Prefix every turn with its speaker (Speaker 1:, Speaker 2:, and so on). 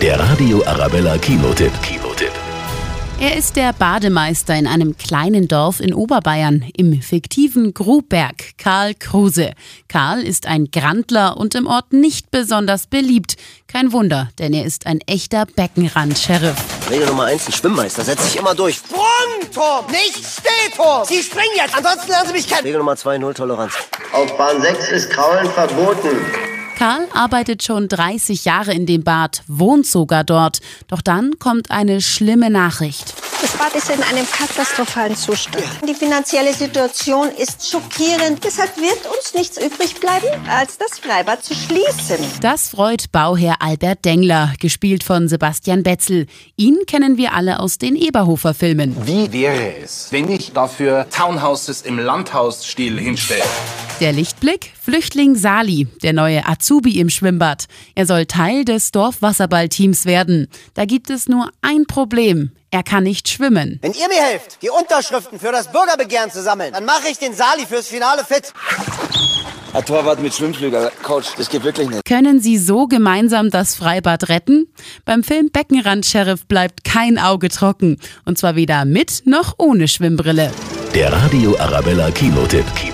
Speaker 1: Der Radio Arabella Kinotipp. Kinotipp.
Speaker 2: Er ist der Bademeister in einem kleinen Dorf in Oberbayern, im fiktiven Gruberg, Karl Kruse. Karl ist ein Grandler und im Ort nicht besonders beliebt. Kein Wunder, denn er ist ein echter Beckenrand-Sheriff.
Speaker 3: Regel Nummer eins, ein Schwimmmeister setzt sich immer durch.
Speaker 4: Sprung, Tom! Nicht Stehturm! Sie springen jetzt, ansonsten lernen Sie mich kennen.
Speaker 3: Regel Nummer zwei, Null Toleranz.
Speaker 5: Auf Bahn 6 ist Kraulen verboten.
Speaker 2: Karl arbeitet schon 30 Jahre in dem Bad, wohnt sogar dort. Doch dann kommt eine schlimme Nachricht.
Speaker 6: Das Bad ist in einem katastrophalen Zustand. Die finanzielle Situation ist schockierend. Deshalb wird uns nichts übrig bleiben, als das Freibad zu schließen.
Speaker 2: Das freut Bauherr Albert Dengler, gespielt von Sebastian Betzel. Ihn kennen wir alle aus den Eberhofer-Filmen.
Speaker 7: Wie wäre es, wenn ich dafür Townhouses im Landhausstil hinstelle?
Speaker 2: Der Lichtblick? Flüchtling Sali, der neue Azubi im Schwimmbad. Er soll Teil des Dorfwasserballteams werden. Da gibt es nur ein Problem. Er kann nicht schwimmen.
Speaker 4: Wenn ihr mir helft, die Unterschriften für das Bürgerbegehren zu sammeln, dann mache ich den Sali fürs Finale fit.
Speaker 8: Ein Torwart mit Schwimmflügel, Coach, das geht wirklich nicht.
Speaker 2: Können sie so gemeinsam das Freibad retten? Beim Film Beckenrand-Sheriff bleibt kein Auge trocken. Und zwar weder mit noch ohne Schwimmbrille.
Speaker 1: Der Radio Arabella Kinotipp. Kinotipp.